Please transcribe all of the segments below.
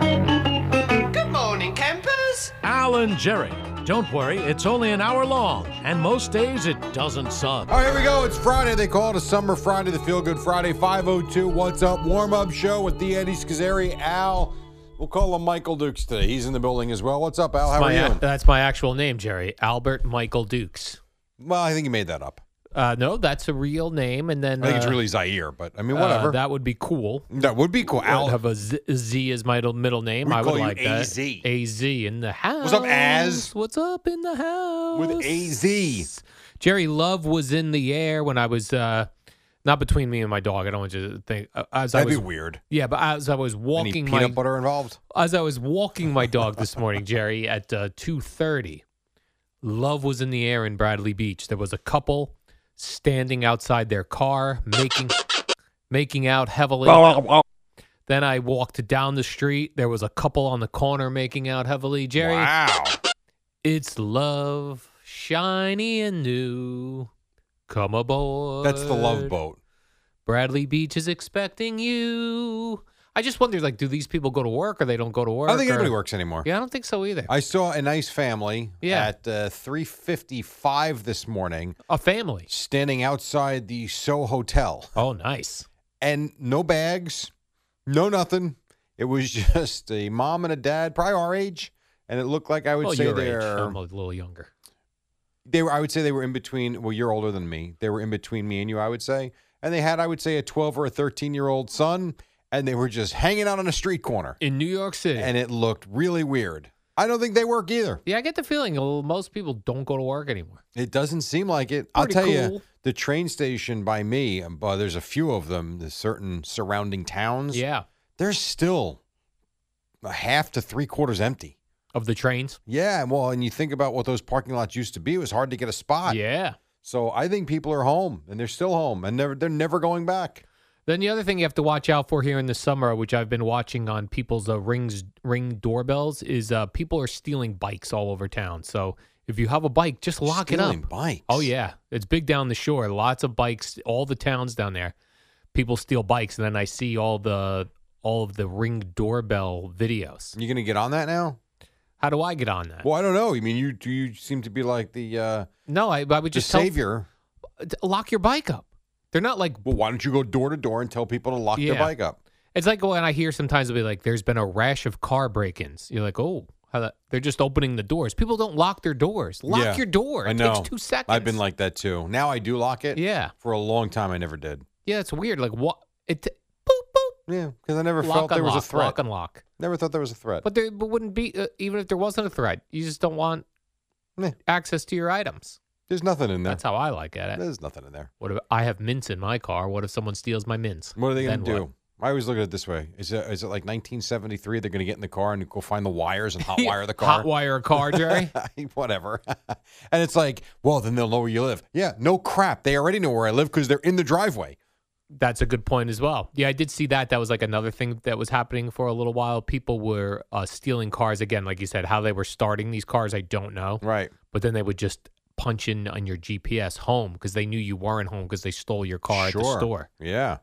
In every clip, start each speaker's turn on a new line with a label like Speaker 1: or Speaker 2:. Speaker 1: Good morning, campers.
Speaker 2: Alan Jerry. Don't worry, it's only an hour long, and most days it doesn't suck.
Speaker 3: All right, here we go. It's Friday. They call it a summer Friday, the Feel Good Friday. 502 What's Up warm up show with the Eddie Scazzeri, Al. We'll call him Michael Dukes today. He's in the building as well. What's up, Al? How are
Speaker 4: my uh,
Speaker 3: you?
Speaker 4: ac-
Speaker 3: doing?
Speaker 4: that's my actual name, Jerry. Albert Michael Dukes.
Speaker 3: Well, I think you made that up.
Speaker 4: Uh, no, that's a real name. And then
Speaker 3: I think it's
Speaker 4: uh,
Speaker 3: really Zaire, but I mean,
Speaker 4: uh,
Speaker 3: whatever. that,
Speaker 4: that would be cool.
Speaker 3: would be cool.
Speaker 4: I'll
Speaker 3: Al,
Speaker 4: have a Z, Z as my little middle name.
Speaker 3: We
Speaker 4: I would
Speaker 3: call you
Speaker 4: like that.
Speaker 3: AZ.
Speaker 4: AZ in the house.
Speaker 3: up, Az?
Speaker 4: What's up in the house?
Speaker 3: With AZ.
Speaker 4: Jerry Love was in the air when I was uh, not between me and my dog. I don't want you to think uh, as
Speaker 3: that'd
Speaker 4: I was.
Speaker 3: be weird.
Speaker 4: Yeah, but as I was
Speaker 3: Any
Speaker 4: walking
Speaker 3: peanut
Speaker 4: my
Speaker 3: butter involved?
Speaker 4: as I was walking my dog this morning, Jerry, at uh, two thirty, love was in the air in Bradley Beach. There was a couple standing outside their car, making making out heavily.
Speaker 3: uh
Speaker 4: Then I walked down the street. There was a couple on the corner making out heavily. Jerry,
Speaker 3: Wow.
Speaker 4: it's love, shiny and new. Come aboard.
Speaker 3: That's the love boat.
Speaker 4: Bradley Beach is expecting you. I just wonder, like, do these people go to work or they don't go to
Speaker 3: I
Speaker 4: work?
Speaker 3: don't think
Speaker 4: or-
Speaker 3: anybody works anymore.
Speaker 4: Yeah, I don't think so either.
Speaker 3: I saw a nice family
Speaker 4: Yeah.
Speaker 3: at uh, 3:55 this morning,
Speaker 4: A family.
Speaker 3: standing outside the So Hotel.
Speaker 4: Oh, nice.
Speaker 3: and no bags, no nothing. It was just a mom and a dad, probably our age, and it looked like I would
Speaker 4: well,
Speaker 3: say
Speaker 4: Oh, your age.
Speaker 3: they're
Speaker 4: I'm a little younger.
Speaker 3: they were. I would say they were in between. Well, you're older than me. They were in between me and you. I would say, and they had I would say a 12 or a 13 year old son, and they were just hanging out on a street corner,
Speaker 4: In New York City.
Speaker 3: and it looked really weird. I don't think they work either.
Speaker 4: yeah, I get the feeling well, most people don't go to work anymore.
Speaker 3: It doesn't seem like it. I'll
Speaker 4: Pretty
Speaker 3: tell you,
Speaker 4: cool.
Speaker 3: the train station by me, um, uh, there's a few of them. The certain surrounding towns.
Speaker 4: Yeah.
Speaker 3: There's still a half to three quarters empty.
Speaker 4: Of the trains.
Speaker 3: Yeah, well, and you think about what those parking lots used to be, it was hard to get a spot.
Speaker 4: Yeah.
Speaker 3: So I think people are home and they're still home and they're they're never going back.
Speaker 4: Then the other thing you have to watch out for here in the summer, which I've been watching on people's uh, rings, ring doorbells, is uh, people are stealing bikes all over town. So if you have a bike, just lock
Speaker 3: Stealing
Speaker 4: it up.
Speaker 3: Bikes.
Speaker 4: Oh yeah, it's big down the shore. Lots of bikes. All the towns down there, people steal bikes, and then I see all the all of the ring doorbell videos.
Speaker 3: You gonna get on that now?
Speaker 4: How do I get on that?
Speaker 3: Well, I don't know. I mean, you do you seem to be like the uh
Speaker 4: no, I, I would
Speaker 3: the
Speaker 4: just tell,
Speaker 3: savior.
Speaker 4: lock your bike up. They're not like
Speaker 3: Well, why don't you go door to door and tell people to lock their
Speaker 4: Yeah.
Speaker 3: bike up?
Speaker 4: it's like when I hear sometimes it'll be like there's been a rash of car break-ins. You're like, oh, how the, they're just opening the doors. People don't lock their doors. Lock
Speaker 3: Yeah,
Speaker 4: your door.
Speaker 3: I
Speaker 4: It
Speaker 3: know.
Speaker 4: takes two seconds.
Speaker 3: I've been like that too. Now I do lock it.
Speaker 4: yeah,
Speaker 3: For a long time I never did.
Speaker 4: yeah, it's weird. Like what? It t- boop
Speaker 3: Yeah, because I never
Speaker 4: boop.
Speaker 3: felt
Speaker 4: Lock
Speaker 3: there
Speaker 4: unlock.
Speaker 3: was a threat.
Speaker 4: Lock unlock.
Speaker 3: Never thought there was a threat.
Speaker 4: But there but wouldn't be uh, even if there wasn't a threat. You just don't want
Speaker 3: Meh.
Speaker 4: access to your items.
Speaker 3: There's nothing in there.
Speaker 4: That's how I like at it.
Speaker 3: There's nothing in there.
Speaker 4: What if I have mints in my car? What if someone steals my mints?
Speaker 3: What are they going
Speaker 4: Then
Speaker 3: to do?
Speaker 4: what?
Speaker 3: I always look at it this way: is it, is it like 1973? They're going to get in the car and go find the wires and hot wire the car.
Speaker 4: Hot wire a car, Jerry.
Speaker 3: Whatever. and it's like, well, then they'll know where you live. Yeah, no crap. They already know where I live because they're in the driveway.
Speaker 4: That's a good point as well. Yeah, I did see that. That was like another thing that was happening for a little while. People were uh, stealing cars again, like you said. How they were starting these cars, I don't know.
Speaker 3: Right.
Speaker 4: But then they would just punch in on your GPS home because they knew you weren't home because they stole your car at the store.
Speaker 3: Yeah,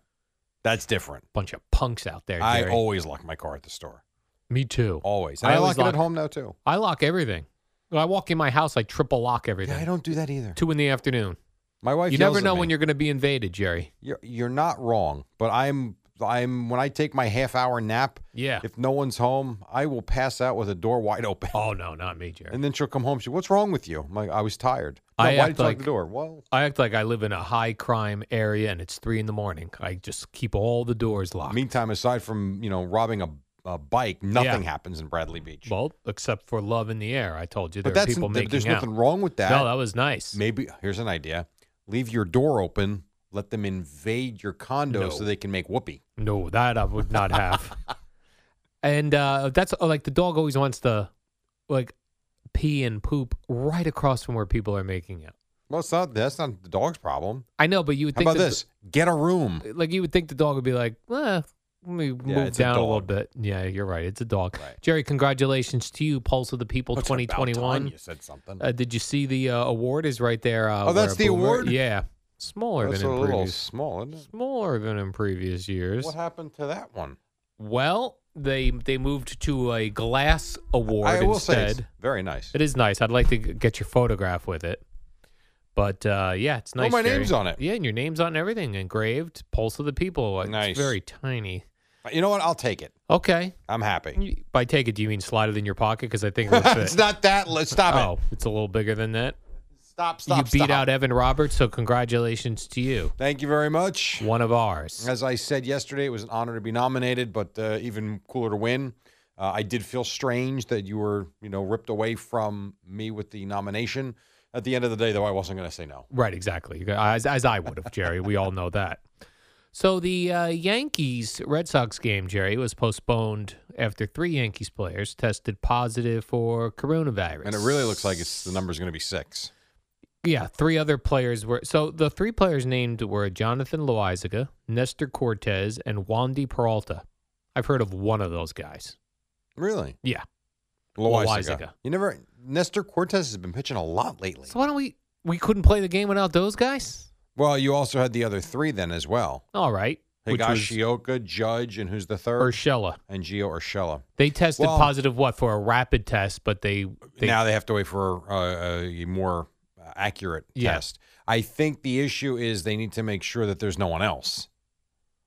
Speaker 3: that's different.
Speaker 4: Bunch of punks out there.
Speaker 3: I
Speaker 4: Jerry.
Speaker 3: always lock my car at the store.
Speaker 4: Me too.
Speaker 3: Always. And
Speaker 4: I
Speaker 3: I,
Speaker 4: always
Speaker 3: lock, it at
Speaker 4: lock-
Speaker 3: home now too.
Speaker 4: I lock everything. When I walk in my house, I triple lock everything.
Speaker 3: Yeah, I don't do that either.
Speaker 4: Two in the afternoon.
Speaker 3: My wife.
Speaker 4: You never know when you're going to be invaded, Jerry.
Speaker 3: You're you're not wrong, but I'm I'm when I take my half hour nap.
Speaker 4: Yeah.
Speaker 3: If no one's home, I will pass out with the door wide open.
Speaker 4: Oh no, not me, Jerry.
Speaker 3: And then she'll come home. She, what's wrong with you? I'm like, I was tired. No, why
Speaker 4: I act
Speaker 3: did you lock
Speaker 4: like-
Speaker 3: the door? Well,
Speaker 4: I act like I live in a high crime area and it's three in the morning. I just keep all the doors locked.
Speaker 3: meantime, aside from you know robbing a, a bike, nothing
Speaker 4: Yeah.
Speaker 3: happens in Bradley Beach.
Speaker 4: Well, except for love in the air. I told you there
Speaker 3: but
Speaker 4: are
Speaker 3: that's
Speaker 4: people
Speaker 3: there-
Speaker 4: making
Speaker 3: there's
Speaker 4: out.
Speaker 3: nothing wrong with that.
Speaker 4: No, that was nice.
Speaker 3: Maybe here's an idea: leave your door open, let them invade your condo
Speaker 4: No.
Speaker 3: so they can make whoopee.
Speaker 4: No, that I would not have. and uh, that's uh, like the dog always wants to like pee and poop right across from where people are making out.
Speaker 3: Well, it's not that's not the dog's problem.
Speaker 4: I know, but you would
Speaker 3: How
Speaker 4: think
Speaker 3: about
Speaker 4: the-
Speaker 3: this? Get a room.
Speaker 4: like you would think the dog would be like, eh, let me move
Speaker 3: it's a
Speaker 4: down a, little
Speaker 3: dog.
Speaker 4: bit. Yeah, you're right. It's a dog.
Speaker 3: Right.
Speaker 4: Jerry, congratulations to you, Pulse of the People
Speaker 3: It's about time
Speaker 4: 2021.
Speaker 3: You said something.
Speaker 4: Uh, did you see the uh, award is right there? Uh,
Speaker 3: Oh, that's the
Speaker 4: where Boomer-
Speaker 3: award?
Speaker 4: Yeah, smaller
Speaker 3: that's a
Speaker 4: than in
Speaker 3: little
Speaker 4: previous.
Speaker 3: small. Isn't it?
Speaker 4: Smaller than in previous years.
Speaker 3: What happened to that one?
Speaker 4: Well, they they moved to a glass award
Speaker 3: I will
Speaker 4: instead.
Speaker 3: say it's very nice.
Speaker 4: It is nice. I'd like to g- get your photograph with it. But uh, yeah, it's
Speaker 3: Oh,
Speaker 4: nice.
Speaker 3: my
Speaker 4: Jerry.
Speaker 3: name's on it.
Speaker 4: Yeah, and your name's on everything engraved. Pulse of the people. It's
Speaker 3: Nice.
Speaker 4: Very tiny.
Speaker 3: You know what? I'll take it.
Speaker 4: Okay.
Speaker 3: I'm happy.
Speaker 4: You- By take it, do you mean slide it in your pocket? Because I think it would fit.
Speaker 3: it's not that. Let's stop
Speaker 4: oh,
Speaker 3: it.
Speaker 4: it's a little bigger than that.
Speaker 3: Stop. Stop.
Speaker 4: you beat
Speaker 3: stop.
Speaker 4: out Evan Roberts, so congratulations to you,
Speaker 3: Thank you very much.
Speaker 4: one of ours.
Speaker 3: As I said yesterday, it was an honor to be nominated, but uh, even cooler to win. Uh, I did feel strange that you were, you know, ripped away from me with the nomination. At the end of the day, though, I wasn't going to say no.
Speaker 4: Right, exactly. As, as I would have, Jerry. We all know that. So the uh, Yankees Red Sox game, Jerry, was postponed after three Yankees players tested positive for coronavirus.
Speaker 3: And it really looks like it's the number's going to be six.
Speaker 4: Yeah, three other players were. So the three players named were Jonathan Loizaga, Nestor Cortez, and Wandy Peralta. I've heard of one of those guys.
Speaker 3: Really,
Speaker 4: Yeah. Loaizaga.
Speaker 3: uh, You never. Nestor Cortez has been pitching a lot lately.
Speaker 4: So why don't we? We couldn't play the game without those guys.
Speaker 3: Well, you also had the other three then as well.
Speaker 4: All right. Which was
Speaker 3: Higashioka, Judge, and who's the third?
Speaker 4: Urshela.
Speaker 3: and Gio Urshela.
Speaker 4: They tested
Speaker 3: Well-
Speaker 4: positive what for a rapid test, but they, they
Speaker 3: now they have to wait for uh, a more accurate
Speaker 4: Yeah.
Speaker 3: test. I think the issue is they need to make sure that there's no one else.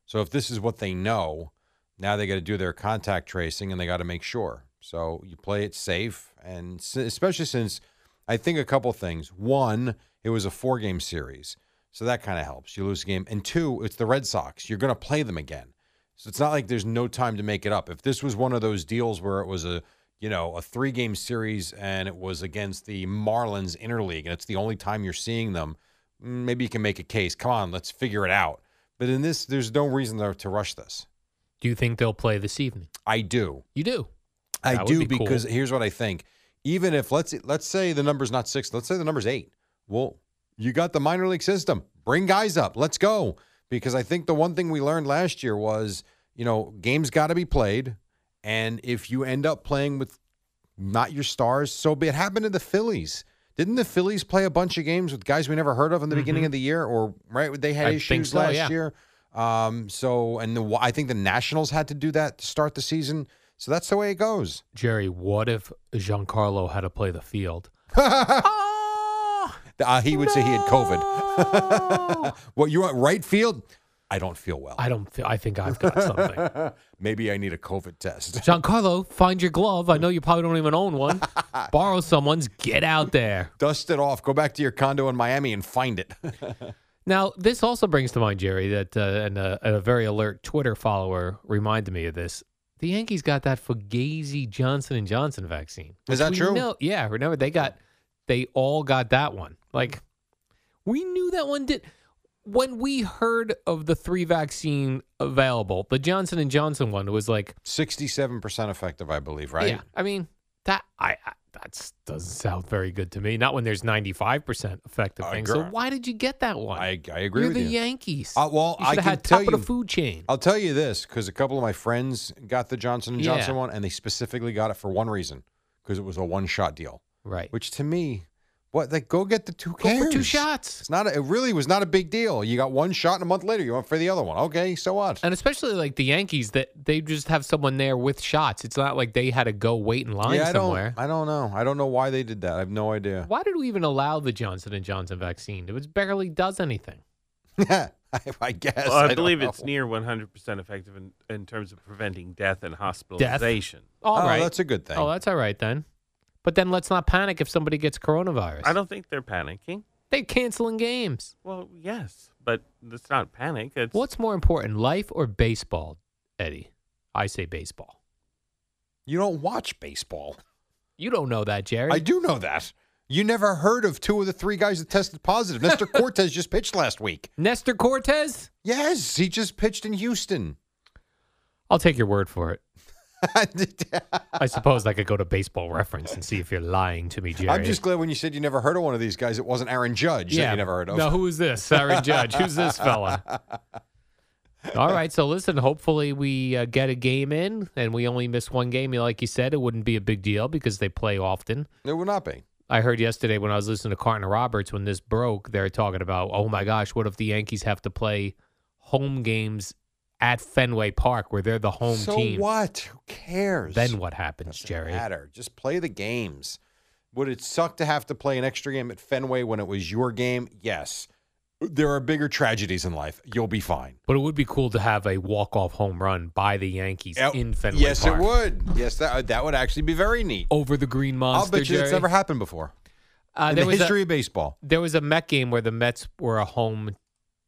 Speaker 3: So if this is what they know, now they got to do their contact tracing and they got to make sure. So you play it safe, and s- especially since I think a couple things. One, it was a four game series, so that kind of helps. You lose a game, and two, it's the Red Sox. You're going to play them again. So it's not like there's no time to make it up. If this was one of those deals where it was a you know a three game series and it was against the Marlins interleague and it's the only time you're seeing them, mm, maybe you can make a case. Come on, let's figure it out. But in this, there's no reason to, to rush this.
Speaker 4: do you think they'll play this evening?
Speaker 3: I do.
Speaker 4: You do.
Speaker 3: I
Speaker 4: That would
Speaker 3: do
Speaker 4: be cool.
Speaker 3: because here's what I think. Even if let's let's say the number's not six, let's say the number's eight. Well, you got the minor league system. Bring guys up. Let's go. Because I think the one thing we learned last year was, you know, games got to be played, and if you end up playing with not your stars, so be it. Happened to the Phillies. Didn't the Phillies play a bunch of games with guys we never heard of in the beginning of the year, or right? They had
Speaker 4: Mm-hmm. I think
Speaker 3: issues
Speaker 4: so,
Speaker 3: last
Speaker 4: yeah.
Speaker 3: year. Um, so and the, I think the Nationals had to do that to start the season. So that's the way it goes.
Speaker 4: Jerry, what if Giancarlo had to play the field? Ah!
Speaker 3: Uh, he would say he had COVID. well, you want right field? I don't feel well.
Speaker 4: I don't feel, I think I've got something.
Speaker 3: Maybe I need a COVID test.
Speaker 4: Giancarlo, find your glove. I know you probably don't even own one. Borrow someone's. Get out there.
Speaker 3: Dust it off. Go back to your condo in Miami and find it.
Speaker 4: Now, this also brings to mind, Jerry, that uh, and a, a very alert Twitter follower reminded me of this. The Yankees got that Fugazi Johnson and Johnson vaccine.
Speaker 3: Is
Speaker 4: which
Speaker 3: that
Speaker 4: we
Speaker 3: true?
Speaker 4: know- yeah, remember they got, they all got that one. Like, we knew that one did. When we heard of the three vaccine available, the Johnson and Johnson one was like,
Speaker 3: Sixty-seven percent effective, I believe. Right?
Speaker 4: yeah. I mean that I, I that doesn't sound very good to me. Not when there's 95 percent effective
Speaker 3: I
Speaker 4: thing.
Speaker 3: agree.
Speaker 4: So why did you get that one?
Speaker 3: I, I agree
Speaker 4: You're
Speaker 3: with
Speaker 4: the
Speaker 3: you.
Speaker 4: Yankees.
Speaker 3: Uh, well,
Speaker 4: you
Speaker 3: I
Speaker 4: should have
Speaker 3: can
Speaker 4: had
Speaker 3: tell
Speaker 4: top
Speaker 3: you- Oh,
Speaker 4: of the food chain.
Speaker 3: I'll tell you this because a couple of my friends got the Johnson and
Speaker 4: Yeah.
Speaker 3: Johnson one, and they specifically got it for one reason because it was a one-shot deal.
Speaker 4: right.
Speaker 3: Which to me, What? Like, go get the two
Speaker 4: Go
Speaker 3: cans.
Speaker 4: for two shots.
Speaker 3: It's not. A, it really was not a big deal. You got one shot, and a month later, you went for the other one. Okay, so what?
Speaker 4: And especially like the Yankees, that they just have someone there with shots. It's not like they had to go wait in line
Speaker 3: yeah, I
Speaker 4: somewhere.
Speaker 3: don't. I don't know. I don't know why they did that. I have no idea.
Speaker 4: Why did we even allow the Johnson and Johnson vaccine? It was barely does anything.
Speaker 3: I, I guess.
Speaker 5: Well, I,
Speaker 3: don't
Speaker 5: believe
Speaker 3: know.
Speaker 5: it's near 100% effective in, in terms of preventing death and hospitalization.
Speaker 4: All right.
Speaker 3: oh, that's a good thing.
Speaker 4: Oh, that's all right then. But then let's not panic if somebody gets coronavirus.
Speaker 5: I don't think they're panicking.
Speaker 4: They're canceling games.
Speaker 5: Well, yes, but it's not panic. It's
Speaker 4: What's more important, life or baseball, Eddie? I say baseball.
Speaker 3: you don't watch baseball.
Speaker 4: You don't know that, Jerry.
Speaker 3: I do know that. You never heard of two of the three guys that tested positive. Nestor Cortez just pitched last week.
Speaker 4: Nestor Cortez?
Speaker 3: Yes, he just pitched in Houston.
Speaker 4: I'll take your word for it. I suppose I could go to baseball reference and see if you're lying to me, Jerry.
Speaker 3: I'm just glad when you said you never heard of one of these guys, it wasn't Aaron Judge that you never heard of.
Speaker 4: Now, who is this? Sorry, Judge. Who's this fella? All right. So, listen, hopefully we uh, get a game in and we only miss one game. Like you said, it wouldn't be a big deal because they play often.
Speaker 3: It would not be.
Speaker 4: I heard yesterday when I was listening to Carton Roberts when this broke, they're talking about, oh my gosh, what if the Yankees have to play home games at Fenway Park where they're the home
Speaker 3: so
Speaker 4: team?
Speaker 3: what? Who cares?
Speaker 4: Then what happens,
Speaker 3: Doesn't
Speaker 4: Jerry?
Speaker 3: matter. Just play the games. Would it suck to have to play an extra game at Fenway when it was your game? Yes. There are bigger tragedies in life. You'll be fine.
Speaker 4: But it would be cool to have a walk-off home run by the Yankees
Speaker 3: Yeah,
Speaker 4: in Fenway
Speaker 3: yes,
Speaker 4: Park.
Speaker 3: it would. Yes, that that would actually be very neat.
Speaker 4: Over the Green Monster,
Speaker 3: I'll bet you
Speaker 4: Jerry.
Speaker 3: it's never happened before
Speaker 4: uh,
Speaker 3: in
Speaker 4: there
Speaker 3: the
Speaker 4: was a-
Speaker 3: history of baseball.
Speaker 4: there was a Met game where the Mets were a home,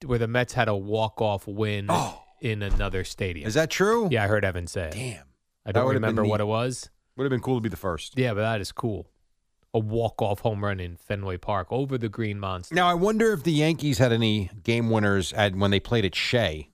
Speaker 4: where the Mets had a walk off win
Speaker 3: Oh.
Speaker 4: in another stadium.
Speaker 3: Is that true?
Speaker 4: Yeah, I heard Evan say. it.
Speaker 3: Damn. that
Speaker 4: I don't
Speaker 3: would've been
Speaker 4: remember what
Speaker 3: neat.
Speaker 4: it was.
Speaker 3: Would have been cool to be the first.
Speaker 4: Yeah, but that is cool. A walk off home run in Fenway Park over the Green Monster.
Speaker 3: Now I wonder if the Yankees had any game winners at when they played at Shea.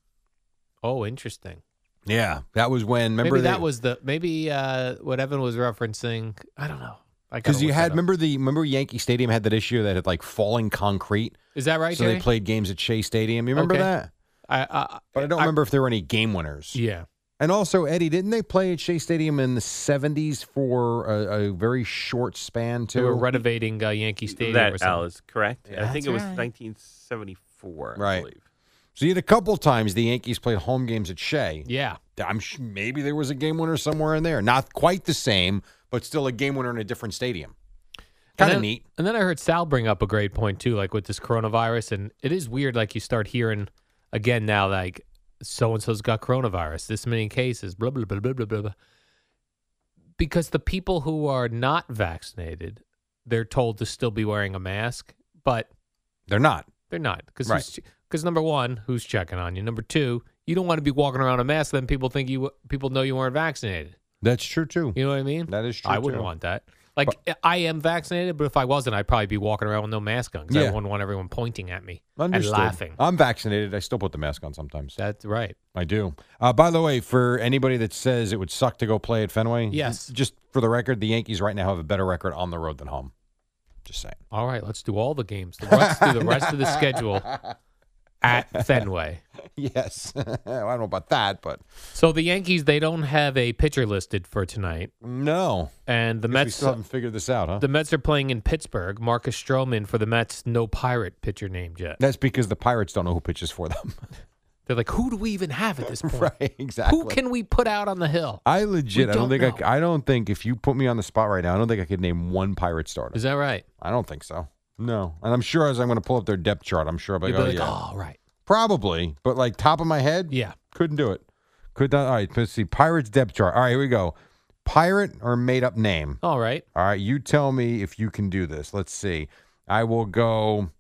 Speaker 4: Oh, interesting.
Speaker 3: Yeah, that was when. Remember
Speaker 4: maybe that was the maybe uh, what Evan was referencing. I don't know. I gotta
Speaker 3: because you
Speaker 4: look
Speaker 3: had
Speaker 4: that up.
Speaker 3: remember the remember Yankee Stadium had that issue that had like falling concrete,
Speaker 4: is that right?
Speaker 3: so
Speaker 4: Jerry?
Speaker 3: they played games at Shea Stadium. You remember
Speaker 4: Okay.
Speaker 3: that?
Speaker 4: I, I,
Speaker 3: But I don't remember if there were any game winners.
Speaker 4: Yeah,
Speaker 3: And also, Eddie, didn't they play at Shea Stadium in the seventies for a, a very short span too?
Speaker 4: they were renovating uh, Yankee Stadium. or
Speaker 5: that,
Speaker 4: something.
Speaker 5: Alice, correct?
Speaker 3: Yeah.
Speaker 5: I
Speaker 4: That's
Speaker 5: think it was
Speaker 4: right.
Speaker 5: 1974, I
Speaker 3: Right.
Speaker 5: believe.
Speaker 3: So you had a couple times the Yankees played home games at Shea.
Speaker 4: Yeah,
Speaker 3: I'm sh- maybe there was a game winner somewhere in there. Not quite the same, but still a game winner in a different stadium.
Speaker 4: And
Speaker 3: Kind of
Speaker 4: then-
Speaker 3: neat.
Speaker 4: And then I heard Sal bring up a great point too, like with this coronavirus, and it is weird. Like you start hearing again now, like so and so's got coronavirus, this many cases, blah blah blah blah blah blah. blah. Because the people who are not vaccinated, they're told to still be wearing a mask, but
Speaker 3: They're not.
Speaker 4: they're not because
Speaker 3: Right.
Speaker 4: because number one, who's checking on you? Number two, you don't want to be walking around a mask. Then people think you people know you weren't vaccinated.
Speaker 3: That's true too.
Speaker 4: You know what I mean?
Speaker 3: That is true.
Speaker 4: I wouldn't
Speaker 3: too.
Speaker 4: want that. Like I am vaccinated, but if I wasn't, I'd probably be walking around with no mask on because I
Speaker 3: Yeah.
Speaker 4: wouldn't want everyone pointing at me
Speaker 3: Understood. Uh,
Speaker 4: and laughing.
Speaker 3: I'm vaccinated. I still put the mask on sometimes.
Speaker 4: That's right.
Speaker 3: I do. Uh, by the way, for anybody that says it would suck to go play at Fenway,
Speaker 4: Yes.
Speaker 3: Just for the record, the Yankees right now have a better record on the road than home. Just saying.
Speaker 4: All right, let's do all the games. Let's do the rest of the schedule at Fenway.
Speaker 3: Yes. I don't know about that, but
Speaker 4: So the Yankees they don't have a pitcher listed for tonight,
Speaker 3: no.
Speaker 4: and the
Speaker 3: Guess we
Speaker 4: Mets
Speaker 3: still haven't figured this out, huh?
Speaker 4: the Mets are playing in Pittsburgh. Marcus Stroman for the Mets, no pirate pitcher named yet.
Speaker 3: That's because the Pirates don't know who pitches for them.
Speaker 4: They're like, who do we even have at this point?
Speaker 3: right. Exactly. Uh,
Speaker 4: Who can we put out on the hill?
Speaker 3: I legit,
Speaker 4: We
Speaker 3: I don't
Speaker 4: don't
Speaker 3: think I,
Speaker 4: know.
Speaker 3: c- I don't think if you put me on the spot right now, I don't think I could name one pirate starter.
Speaker 4: Is that right?
Speaker 3: I don't think so. No, and I'm sure as I'm going to pull up their depth chart, I'm sure I'll be
Speaker 4: You'd
Speaker 3: like,
Speaker 4: be
Speaker 3: oh,
Speaker 4: like,
Speaker 3: yeah,
Speaker 4: oh, right,
Speaker 3: probably, but like top of my head,
Speaker 4: yeah.
Speaker 3: couldn't do it. Could not. All right, let's see. Pirates depth chart. All right, here we go. Pirate or made up name.
Speaker 4: All right.
Speaker 3: All right, you tell me if you can do this. Let's see. I will go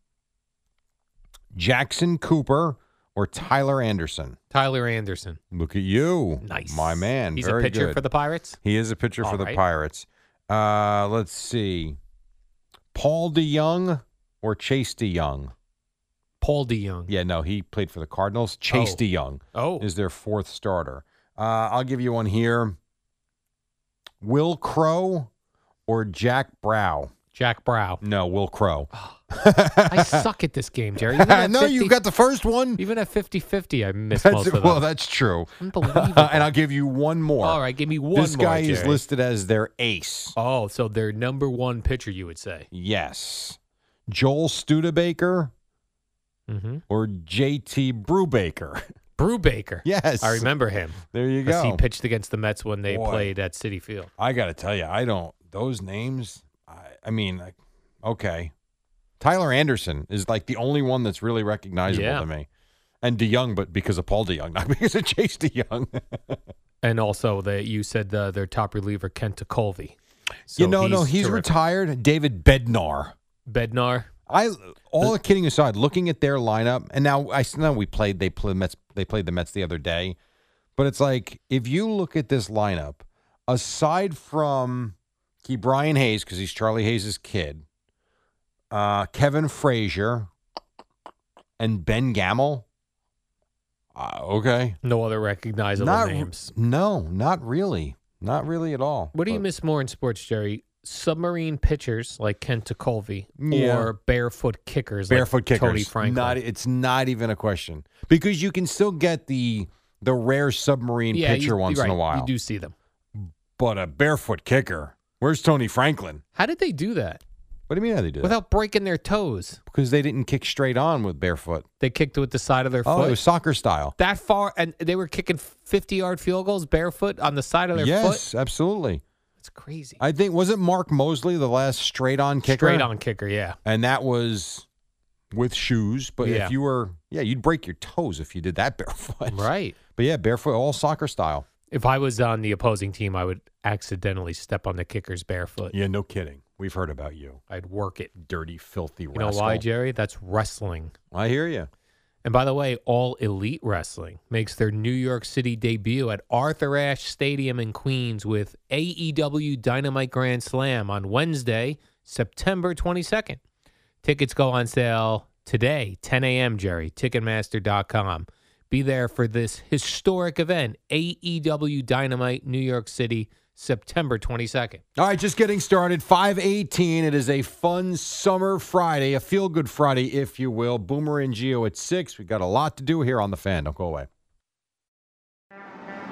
Speaker 3: Jackson Cooper or Tyler Anderson.
Speaker 4: Tyler Anderson.
Speaker 3: Look at you,
Speaker 4: Nice.
Speaker 3: my man.
Speaker 4: He's
Speaker 3: Very
Speaker 4: a pitcher
Speaker 3: good.
Speaker 4: for the Pirates.
Speaker 3: He is a pitcher
Speaker 4: All
Speaker 3: for the
Speaker 4: right.
Speaker 3: Pirates. Uh, let's see. Paul DeYoung or Chase DeYoung?
Speaker 4: Paul DeYoung.
Speaker 3: Yeah, no, he played for the Cardinals. Chase
Speaker 4: Oh.
Speaker 3: DeYoung
Speaker 4: Oh.
Speaker 3: is their fourth starter. Uh, I'll give you one here. Will Crow or Jack Brow?
Speaker 4: Jack Brow.
Speaker 3: No, Will Crow.
Speaker 4: Oh. I suck at this game, Jerry. Even at
Speaker 3: no, you
Speaker 4: 50
Speaker 3: got the first one.
Speaker 4: even at 50-50, I missed
Speaker 3: That's-
Speaker 4: most of them.
Speaker 3: well, that's true.
Speaker 4: Unbelievable.
Speaker 3: and I'll give you one more.
Speaker 4: All right, give me one
Speaker 3: This
Speaker 4: more,
Speaker 3: guy is
Speaker 4: Jerry.
Speaker 3: listed as their ace.
Speaker 4: Oh, so their number one pitcher, you would say.
Speaker 3: Yes. Joel Studebaker
Speaker 4: Mm-hmm.
Speaker 3: or JT Brubaker.
Speaker 4: Brubaker.
Speaker 3: Yes.
Speaker 4: I remember him.
Speaker 3: There you
Speaker 4: Because
Speaker 3: go.
Speaker 4: he pitched against the Mets when they
Speaker 3: Boy.
Speaker 4: played at City Field.
Speaker 3: I got to tell you, I don't, those names, I, I mean, like, okay. Tyler Anderson is like the only one that's really recognizable
Speaker 4: Yeah.
Speaker 3: to me. And DeYoung, but because of Paul DeYoung, not because of Chase DeYoung.
Speaker 4: And also, that you said uh, their top reliever, Kent Colvey. So
Speaker 3: you know, no, he's
Speaker 4: terrific.
Speaker 3: retired. David Bednar.
Speaker 4: Bednar.
Speaker 3: I all kidding aside, looking at their lineup, and now I know we played they played Mets they played the Mets the other day, but it's like if you look at this lineup, aside from key Brian Hayes because he's Charlie Hayes' kid, uh, Kevin Frazier, and Ben Gamel. Uh, okay,
Speaker 4: No other recognizable
Speaker 3: not
Speaker 4: names.
Speaker 3: no, not really, not really at all.
Speaker 4: What do you
Speaker 3: But-
Speaker 4: miss more in sports, Jerry? Submarine pitchers like Kent Colvey
Speaker 3: Yeah.
Speaker 4: or barefoot kickers
Speaker 3: barefoot
Speaker 4: like
Speaker 3: kickers.
Speaker 4: Tony Franklin.
Speaker 3: Not it's not even a question because you can still get the the rare submarine
Speaker 4: yeah,
Speaker 3: pitcher
Speaker 4: you,
Speaker 3: once in a
Speaker 4: right,
Speaker 3: while.
Speaker 4: You do see them.
Speaker 3: But a barefoot kicker. Where's Tony Franklin?
Speaker 4: How did they do that?
Speaker 3: What do you mean how they do
Speaker 4: Without breaking their toes.
Speaker 3: that? Because they didn't kick straight on with barefoot.
Speaker 4: They kicked with the side of their
Speaker 3: Oh,
Speaker 4: foot.
Speaker 3: it was soccer style.
Speaker 4: that far, and they were kicking 50 yard field goals barefoot on the side of their
Speaker 3: Yes,
Speaker 4: foot.
Speaker 3: absolutely.
Speaker 4: That's crazy.
Speaker 3: I think was it Mark Mosley the last straight on kicker?
Speaker 4: Straight on kicker, yeah.
Speaker 3: And that was with shoes, but
Speaker 4: Yeah.
Speaker 3: if you were yeah, you'd break your toes if you did that barefoot.
Speaker 4: Right.
Speaker 3: But yeah, barefoot all soccer style.
Speaker 4: If I was on the opposing team, I would accidentally step on the kicker's barefoot.
Speaker 3: Yeah, no kidding. We've heard about you.
Speaker 4: I'd work it.
Speaker 3: dirty, filthy
Speaker 4: You know why, Jerry? That's wrestling.
Speaker 3: I hear you.
Speaker 4: And by the way, All Elite Wrestling makes their New York City debut at Arthur Ashe Stadium in Queens with AEW Dynamite Grand Slam on Wednesday, September 22nd. Tickets go on sale today, 10 a.m., Jerry, Ticketmaster.com. Be there for this historic event, AEW Dynamite New York City, September 22nd.
Speaker 3: All right, just getting started. 518. It is a fun summer Friday, a feel good Friday, if you will. Boomer and Geo at 6. We've got a lot to do here on the fan. Don't go away.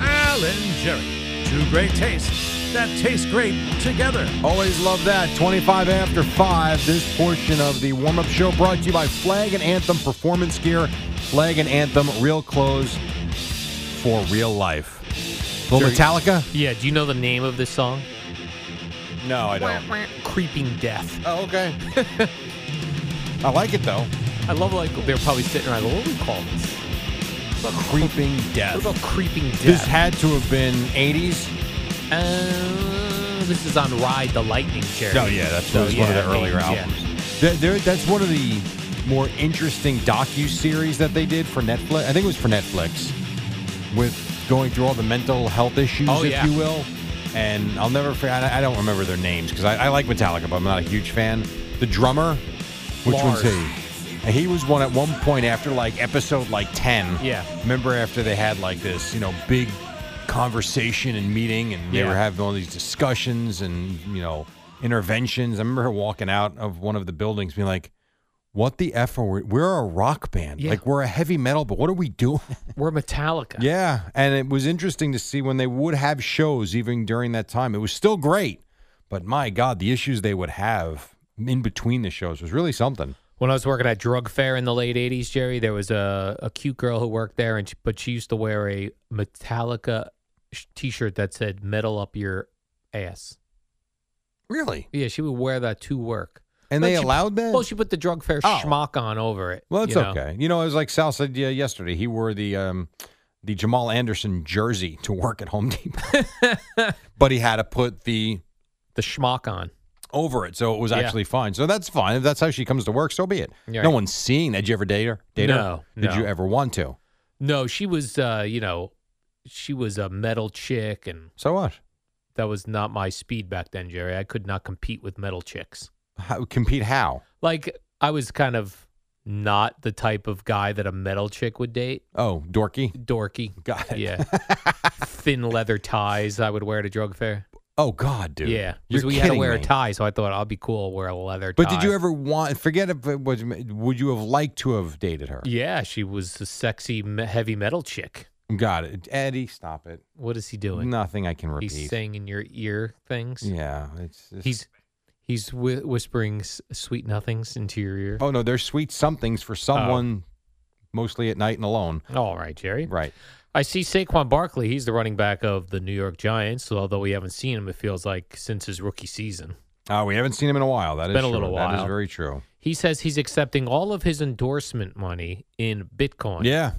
Speaker 2: Al and Jerry, two great tastes that taste great together.
Speaker 3: Always love that. 25 after 5. This portion of the warm up show brought to you by Flag and Anthem Performance Gear. Flag and Anthem, real clothes for real life. Little
Speaker 4: Jerry-
Speaker 3: Metallica?
Speaker 4: Yeah, do you know the name of this song?
Speaker 3: No, I don't.
Speaker 4: Creeping Death.
Speaker 3: Oh, okay. I like it, though.
Speaker 4: I love like they're probably sitting around. What do we call this?
Speaker 3: Creeping
Speaker 4: What
Speaker 3: death.
Speaker 4: about creeping death?
Speaker 3: This had to have been 80s.
Speaker 4: uh, this is on Ride the Lightning Jerry.
Speaker 3: No, Oh, yeah, that's
Speaker 4: So,
Speaker 3: that was one of
Speaker 4: yeah,
Speaker 3: the earlier
Speaker 4: yeah.
Speaker 3: albums. That- there- that's one of the more interesting docu series that they did for Netflix. I think it was for Netflix, with going through all the mental health issues,
Speaker 4: Oh,
Speaker 3: if
Speaker 4: yeah.
Speaker 3: you will. And I'll never forget. I I don't remember their names because I, I like Metallica, but I'm not a huge fan. The drummer, which one's
Speaker 4: Lars.
Speaker 3: he? And He was one at one point after like episode like ten.
Speaker 4: Yeah.
Speaker 3: Remember after they had like this, you know, big conversation and meeting, and they
Speaker 4: Yeah.
Speaker 3: were having all these discussions and you know interventions. I remember her walking out of one of the buildings, being like, "What the f are we? We're a rock band.
Speaker 4: Yeah.
Speaker 3: Like we're a heavy metal, but what are we doing?"
Speaker 4: We're Metallica.
Speaker 3: yeah. And it was interesting to see when they would have shows, even during that time. It was still great, but my God, the issues they would have in between the shows was really something.
Speaker 4: When I was working at Drug Fair in the late '80s, Jerry, there was a, a cute girl who worked there, and she, but she used to wear a Metallica sh- T-shirt that said "Metal up your ass."
Speaker 3: Really.
Speaker 4: Yeah, she would wear that to work.
Speaker 3: And
Speaker 4: But
Speaker 3: they
Speaker 4: she-
Speaker 3: allowed that.
Speaker 4: Well, she put the Drug Fair
Speaker 3: Oh.
Speaker 4: schmuck on over it.
Speaker 3: Well, it's
Speaker 4: you know?
Speaker 3: okay. You know, it was like Sal said uh, yesterday. He wore the um, the Jamal Anderson jersey to work at Home Depot, but he had to put the
Speaker 4: the schmuck on.
Speaker 3: over it. So it was
Speaker 4: Yeah.
Speaker 3: actually fine. So that's fine. If that's how she comes to work, so be it.
Speaker 4: Yeah.
Speaker 3: No one's seeing that. Did you ever date her? Date her?
Speaker 4: No,
Speaker 3: Did
Speaker 4: no.
Speaker 3: you ever want to?
Speaker 4: No, she was, uh, you know, she was a metal chick, and
Speaker 3: So what?
Speaker 4: that was not my speed back then, Jerry. I could not compete with metal chicks.
Speaker 3: How, compete how?
Speaker 4: Like I was kind of not the type of guy that a metal chick would date.
Speaker 3: Oh, dorky.
Speaker 4: Dorky.
Speaker 3: Got it.
Speaker 4: Yeah. Thin leather ties I would wear to drug fair.
Speaker 3: Oh God, dude.
Speaker 4: yeah.
Speaker 3: You're
Speaker 4: Because we had to
Speaker 3: kidding
Speaker 4: wear
Speaker 3: me.
Speaker 4: a tie, so I thought I'll be cool, I'll wear a leather tie.
Speaker 3: But did you ever want? Forget if it was. Would you have liked to have dated her?
Speaker 4: Yeah, she was a sexy me- heavy metal chick.
Speaker 3: Got it, Eddie. Stop it.
Speaker 4: What is he doing?
Speaker 3: Nothing I can repeat.
Speaker 4: He's saying in your ear things.
Speaker 3: yeah, it's, it's-
Speaker 4: He's he's whi whispering s- sweet nothings into your ear.
Speaker 3: Oh no, there's sweet somethings
Speaker 4: Oh.
Speaker 3: for someone, mostly at night and alone.
Speaker 4: All right, Jerry.
Speaker 3: Right.
Speaker 4: I see Saquon Barkley. He's the running back of the New York Giants. So although we haven't seen him, it feels like since his rookie season.
Speaker 3: Uh, we haven't seen him in a while. That is
Speaker 4: Been a
Speaker 3: true.
Speaker 4: little
Speaker 3: That is
Speaker 4: while.
Speaker 3: very true.
Speaker 4: He says he's accepting all of his endorsement money in Bitcoin.
Speaker 3: Yeah.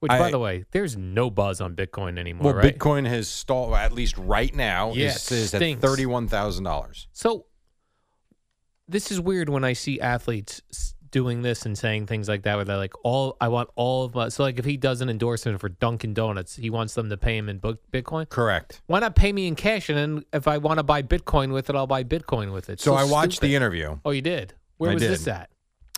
Speaker 4: Which,
Speaker 3: I-
Speaker 4: by the way, there's no buzz on Bitcoin anymore,
Speaker 3: Well,
Speaker 4: right?
Speaker 3: Bitcoin has stalled at least right now.
Speaker 4: Yeah,
Speaker 3: is,
Speaker 4: it
Speaker 3: is at
Speaker 4: stinks.
Speaker 3: thirty-one thousand dollars.
Speaker 4: So this is weird when I see athletes s- doing this and saying things like that, where they're like, "All I want, all of my." So, like, if he does an endorsement for Dunkin' Donuts, he wants them to pay him in bu- Bitcoin.
Speaker 3: Correct.
Speaker 4: Why not pay me in cash? And then if I want to buy Bitcoin with it, I'll buy Bitcoin with it.
Speaker 3: So, I watched
Speaker 4: stupid.
Speaker 3: the interview.
Speaker 4: Oh, you did. Where
Speaker 3: I
Speaker 4: was this
Speaker 3: did.
Speaker 4: at?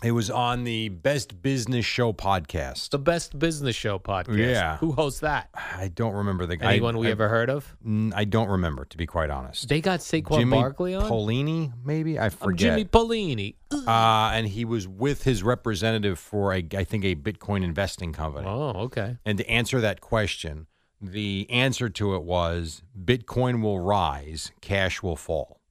Speaker 3: It was on the Best Business Show podcast.
Speaker 4: The Best Business Show podcast.
Speaker 3: Yeah.
Speaker 4: Who hosts that?
Speaker 3: I don't remember the guy.
Speaker 4: Anyone
Speaker 3: I,
Speaker 4: we
Speaker 3: I-
Speaker 4: ever heard of?
Speaker 3: Mm, I don't remember, to be quite honest.
Speaker 4: They got Saquon
Speaker 3: Jimmy
Speaker 4: Barkley on.
Speaker 3: Polini, maybe I
Speaker 4: I'm
Speaker 3: forget.
Speaker 4: Jimmy Polini.
Speaker 3: uh, and he was with his representative for a, I think, a Bitcoin investing company.
Speaker 4: Oh, okay.
Speaker 3: And to answer that question, the answer to it was Bitcoin will rise, cash will fall.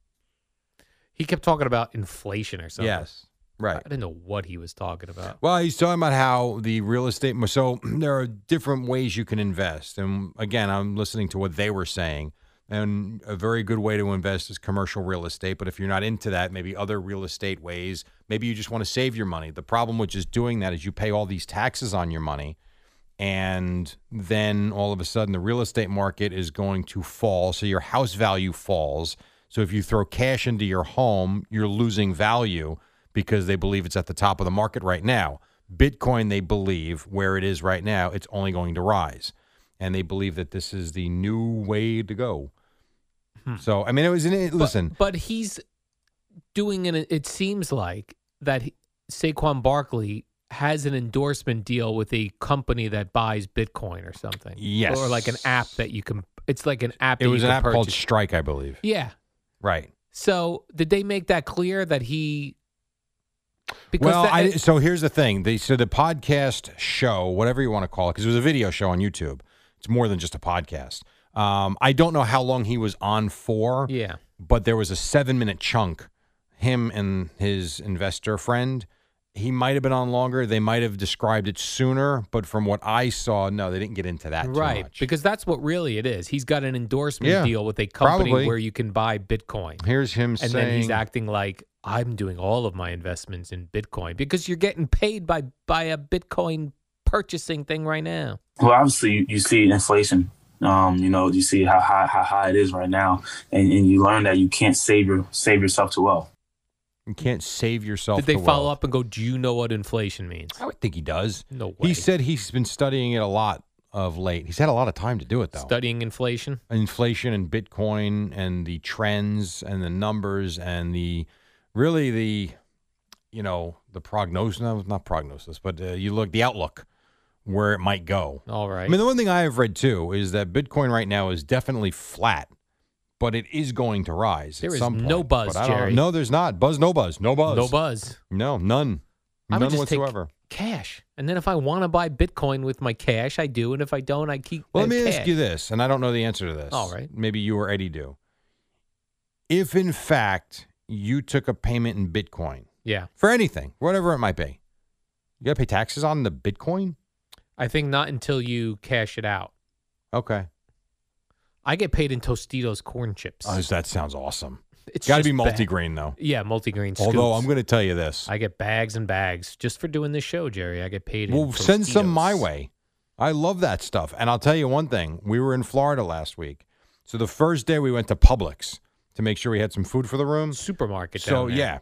Speaker 4: He kept talking about inflation or something.
Speaker 3: Yes, right.
Speaker 4: I didn't know what he was talking about.
Speaker 3: Well, he's talking about how the real estate. So there are different ways you can invest, and again, I'm listening to what they were saying. And a very good way to invest is commercial real estate. But if you're not into that, maybe other real estate ways. Maybe you just want to save your money. The problem with just doing that is you pay all these taxes on your money, and then all of a sudden the real estate market is going to fall. So your house value falls. So if you throw cash into your home, you're losing value because they believe it's at the top of the market right now. Bitcoin, they believe where it is right now, it's only going to rise. And they believe that this is the new way to go. So, I mean, it was, an,
Speaker 4: Hmm. But-
Speaker 3: listen,
Speaker 4: but, he's doing an. It seems like that he- Saquon Barkley has an endorsement deal with a company that buys Bitcoin or something.
Speaker 3: Yes.
Speaker 4: or like an app that you can. It's like an app.
Speaker 3: it
Speaker 4: that
Speaker 3: was
Speaker 4: you
Speaker 3: an
Speaker 4: can
Speaker 3: app called
Speaker 4: purchase.
Speaker 3: Strike, I believe.
Speaker 4: yeah.
Speaker 3: Right.
Speaker 4: So did they make that clear that he?
Speaker 3: well,
Speaker 4: that-
Speaker 3: I, so here's the thing. The, so the podcast show, whatever you want to call it, because it was a video show on YouTube. It's more than just a podcast. Um, I don't know how long he was on for,
Speaker 4: yeah.
Speaker 3: but there was a seven minute chunk. Him and his investor friend. He might have been on longer. They might have described it sooner, but from what I saw, no, they didn't get into that. too
Speaker 4: Right,
Speaker 3: much.
Speaker 4: because that's what really it is. He's got an endorsement
Speaker 3: Yeah,
Speaker 4: deal with a company
Speaker 3: probably.
Speaker 4: where you can buy Bitcoin.
Speaker 3: here's him
Speaker 4: and
Speaker 3: saying,
Speaker 4: then he's acting like I'm doing all of my investments in Bitcoin because you're getting paid by by a Bitcoin purchasing thing right now.
Speaker 6: Well, obviously, you, you see inflation. Um, you know, you see how high how high it is right now, and, and you learn that you can't save your save yourself to wealth.
Speaker 3: "You can't save yourself."
Speaker 4: Did they
Speaker 3: the
Speaker 4: follow
Speaker 3: wealth."
Speaker 4: up and go, "Do you know what inflation means?"
Speaker 3: I would think he does.
Speaker 4: No way.
Speaker 3: He said he's been studying it a lot of late. He's had a lot of time to do it though.
Speaker 4: studying inflation.
Speaker 3: inflation and Bitcoin and the trends and the numbers and the really the you know the prognosis no, not prognosis but uh, you look the outlook where it might go.
Speaker 4: All right.
Speaker 3: I mean the one thing I have read too is that Bitcoin right now is definitely flat, but it is going to rise.
Speaker 4: There
Speaker 3: at
Speaker 4: is
Speaker 3: some
Speaker 4: no
Speaker 3: point.
Speaker 4: buzz,
Speaker 3: But I don't-
Speaker 4: Jerry.
Speaker 3: No, there's not buzz. No buzz. No buzz.
Speaker 4: no buzz.
Speaker 3: No, none.
Speaker 4: I would
Speaker 3: none
Speaker 4: just take
Speaker 3: whatsoever.
Speaker 4: cash, and then if I want to buy Bitcoin with my cash, I do, and if I don't, I keep.
Speaker 3: Well,
Speaker 4: I
Speaker 3: let me
Speaker 4: have
Speaker 3: ask you
Speaker 4: cash.
Speaker 3: this, and I don't know the answer to this.
Speaker 4: All right.
Speaker 3: Maybe you or Eddie do. If in fact you took a payment in Bitcoin
Speaker 4: Yeah,
Speaker 3: for anything, whatever it might be, you gotta pay taxes on the Bitcoin?
Speaker 4: I think not until you cash it out.
Speaker 3: Okay.
Speaker 4: I get paid in Tostitos corn chips.
Speaker 3: Oh, that sounds awesome.
Speaker 4: it's
Speaker 3: gotta
Speaker 4: just
Speaker 3: be
Speaker 4: bad.
Speaker 3: multigrain though.
Speaker 4: Yeah, multigrain.
Speaker 3: Although
Speaker 4: scoops.
Speaker 3: I'm gonna tell you this.
Speaker 4: I get bags and bags just for doing this show, Jerry. I get paid. in
Speaker 3: Well, send some
Speaker 4: Tostitos.
Speaker 3: my way. I love that stuff. And I'll tell you one thing. We were in Florida last week. So the first day we went to Publix to make sure we had some food for the room.
Speaker 2: Supermarket.
Speaker 3: So
Speaker 2: down there.
Speaker 3: yeah,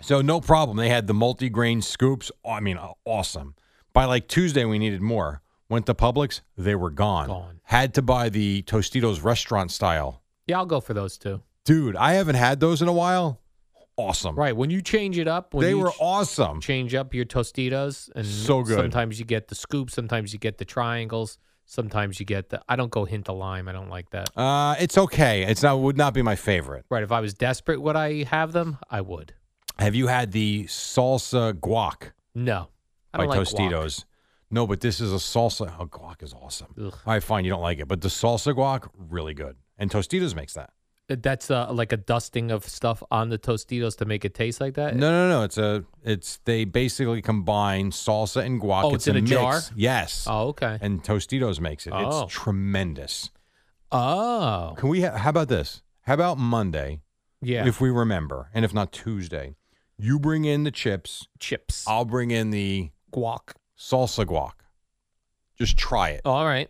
Speaker 3: so no problem. They had the multi-grain scoops. Aw- I mean, aw- awesome. By like Tuesday, we needed more. Went to Publix, they were gone.
Speaker 2: Gone.
Speaker 3: Had to buy the Tostitos restaurant style.
Speaker 2: yeah, I'll go for those two.
Speaker 3: Dude, I haven't had those in a while. Awesome.
Speaker 2: Right when you change it up, when
Speaker 3: They
Speaker 2: you
Speaker 3: were
Speaker 2: ch-
Speaker 3: awesome.
Speaker 2: change up your Tostitos, and
Speaker 3: So good.
Speaker 2: Sometimes you get the scoop, sometimes you get the triangles, sometimes you get the. I don't go hint a lime. I don't like that.
Speaker 3: Uh, it's okay. It's not would not be my favorite.
Speaker 2: Right. If I was desperate, would I have them? I would.
Speaker 3: Have you had the salsa guac?
Speaker 2: No. I
Speaker 3: by
Speaker 2: don't like guac.
Speaker 3: Tostitos. No, but this is a salsa. Oh, guac is awesome.
Speaker 2: Ugh.
Speaker 3: All right, fine. You don't like it, but the salsa guac really good, and Tostitos makes that.
Speaker 2: Uh, That's uh, like a dusting of stuff on the Tostitos to make it taste like that.
Speaker 3: No, no, no. It's a. It's they basically combine salsa and guac.
Speaker 2: Oh, it's in a
Speaker 3: mix.
Speaker 2: jar?
Speaker 3: Yes.
Speaker 2: Oh, okay.
Speaker 3: And Tostitos makes it.
Speaker 2: Oh.
Speaker 3: It's tremendous.
Speaker 2: Oh,
Speaker 3: Can we? Ha- how about this? How about Monday,
Speaker 2: yeah.
Speaker 3: if we remember, and if not Tuesday, you bring in the chips.
Speaker 2: Chips.
Speaker 3: I'll bring in the
Speaker 2: guac.
Speaker 3: salsa guac. Just try it,
Speaker 2: All right.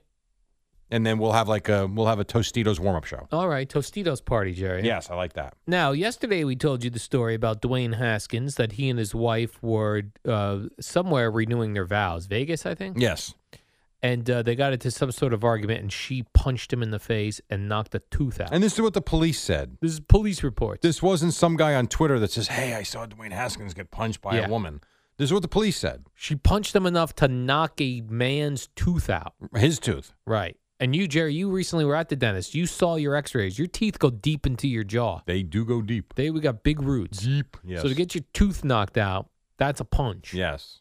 Speaker 3: and then we'll have like a we'll have a Tostitos warm up show.
Speaker 2: All right. Tostitos party, Jerry.
Speaker 3: Yes, I like that.
Speaker 2: Now, yesterday we told you the story about Dwayne Haskins that he and his wife were uh, somewhere renewing their vows, Vegas, I think,
Speaker 3: Yes.
Speaker 2: and uh, they got into some sort of argument, and she punched him in the face and knocked a tooth out.
Speaker 3: And this is what the police said.
Speaker 2: this is police reports.
Speaker 3: This wasn't some guy on Twitter that says, hey, I saw Dwayne Haskins get punched by
Speaker 2: Yeah.
Speaker 3: a woman. This is what the police said.
Speaker 2: she punched him enough to knock a man's tooth out.
Speaker 3: His tooth.
Speaker 2: Right. And you, Jerry, you recently were at the dentist. You saw your X-rays. Your teeth go deep into your jaw.
Speaker 3: They do go deep.
Speaker 2: They we got big roots.
Speaker 3: Deep. Yes.
Speaker 2: So to get your tooth knocked out, that's a punch.
Speaker 3: Yes.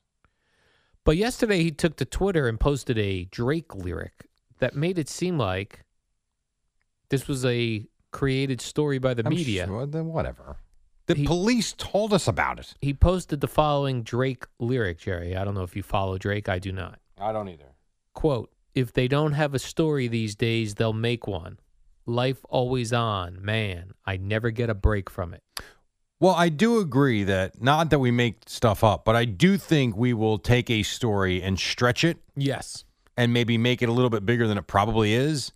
Speaker 2: But yesterday he took to Twitter and posted a Drake lyric that made it seem like this was a created story by the
Speaker 3: I'm
Speaker 2: media.
Speaker 3: sure- then whatever. The
Speaker 2: He-
Speaker 3: police told us about it.
Speaker 2: He posted the following Drake lyric, Jerry. I don't know if you follow Drake. I do not.
Speaker 3: I don't either.
Speaker 2: Quote, if they don't have a story these days, they'll make one. Life always on, man. I never get a break from it.
Speaker 3: Well, I do agree that not that we make stuff up, but I do think we will take a story and stretch it
Speaker 2: Yes.
Speaker 3: and maybe make it a little bit bigger than it probably is.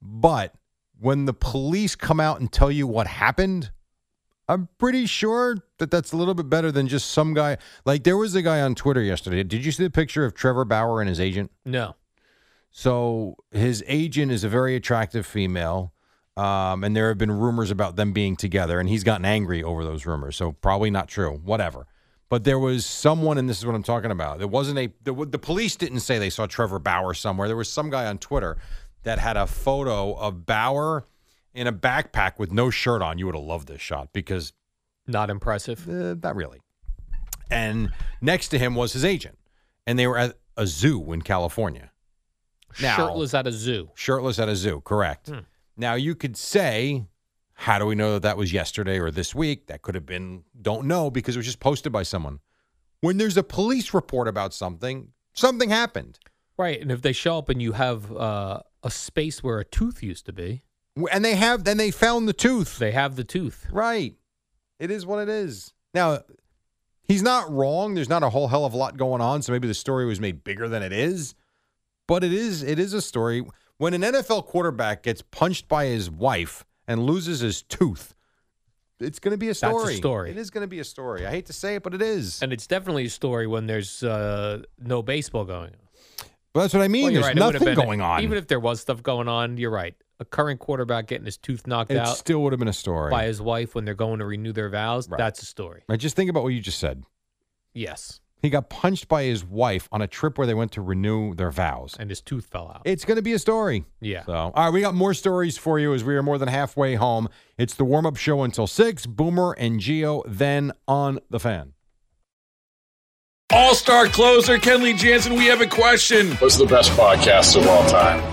Speaker 3: But when the police come out and tell you what happened, I'm pretty sure that that's a little bit better than just some guy. Like there was a guy on Twitter yesterday. Did you see the picture of Trevor Bauer and his agent?
Speaker 2: No.
Speaker 3: So his agent is a very attractive female. Um, and there have been rumors about them being together, and he's gotten angry over those rumors. So probably not true. Whatever. But there was someone, and this is what I'm talking about. There wasn't a the, the police didn't say they saw Trevor Bauer somewhere. There was some guy on Twitter that had a photo of Bauer in a backpack with no shirt on. You would have loved this shot because
Speaker 2: Not impressive.
Speaker 3: uh, not really. And next to him was his agent, and they were at a zoo in California Now-
Speaker 2: Shirtless at a zoo.
Speaker 3: shirtless at a zoo correct now you could say how do we know that that was yesterday or this week that could have been don't know because it was just posted by someone when there's a police report about something something happened
Speaker 2: Right, and if they show up and you have uh, a space where a tooth used to be,
Speaker 3: W- and they have then they found the tooth
Speaker 2: they have the tooth.
Speaker 3: right it is what it is now he's not wrong there's not a whole hell of a lot going on so maybe the story was made bigger than it is but it is it is a story when an NFL quarterback gets punched by his wife and loses his tooth it's going to be a
Speaker 2: a
Speaker 3: story
Speaker 2: story.
Speaker 3: it is going to be a story i hate to say it but it is
Speaker 2: And it's definitely a story when there's uh, no baseball going on.
Speaker 3: but that's what i mean
Speaker 2: Well, you're
Speaker 3: there's
Speaker 2: right, it would've
Speaker 3: nothing
Speaker 2: been-
Speaker 3: going on
Speaker 2: Even if there was stuff going on, you're right. A current quarterback getting his tooth knocked
Speaker 3: it
Speaker 2: out
Speaker 3: still would have been a story
Speaker 2: by his wife when they're going to renew their vows,
Speaker 3: Right.
Speaker 2: that's a story.
Speaker 3: Right, just think about what you just said
Speaker 2: Yes.
Speaker 3: he got punched by his wife on a trip where they went to renew their vows
Speaker 2: And his tooth fell out.
Speaker 3: it's going to be a story
Speaker 2: yeah.
Speaker 3: So, all right, we got more stories for you as we are more than halfway home. It's the warm up show until six. Boomer and Geo then on the fan.
Speaker 7: All star closer Kenley Jansen, we have a question.
Speaker 8: What's the best podcast of all time?